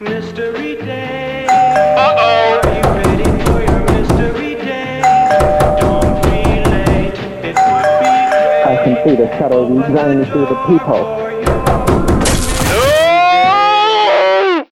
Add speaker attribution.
Speaker 1: Mystery day. Uh-oh. Are you ready for your mystery day? Don't be late. It would be great.
Speaker 2: I can see the shuttle running through the people.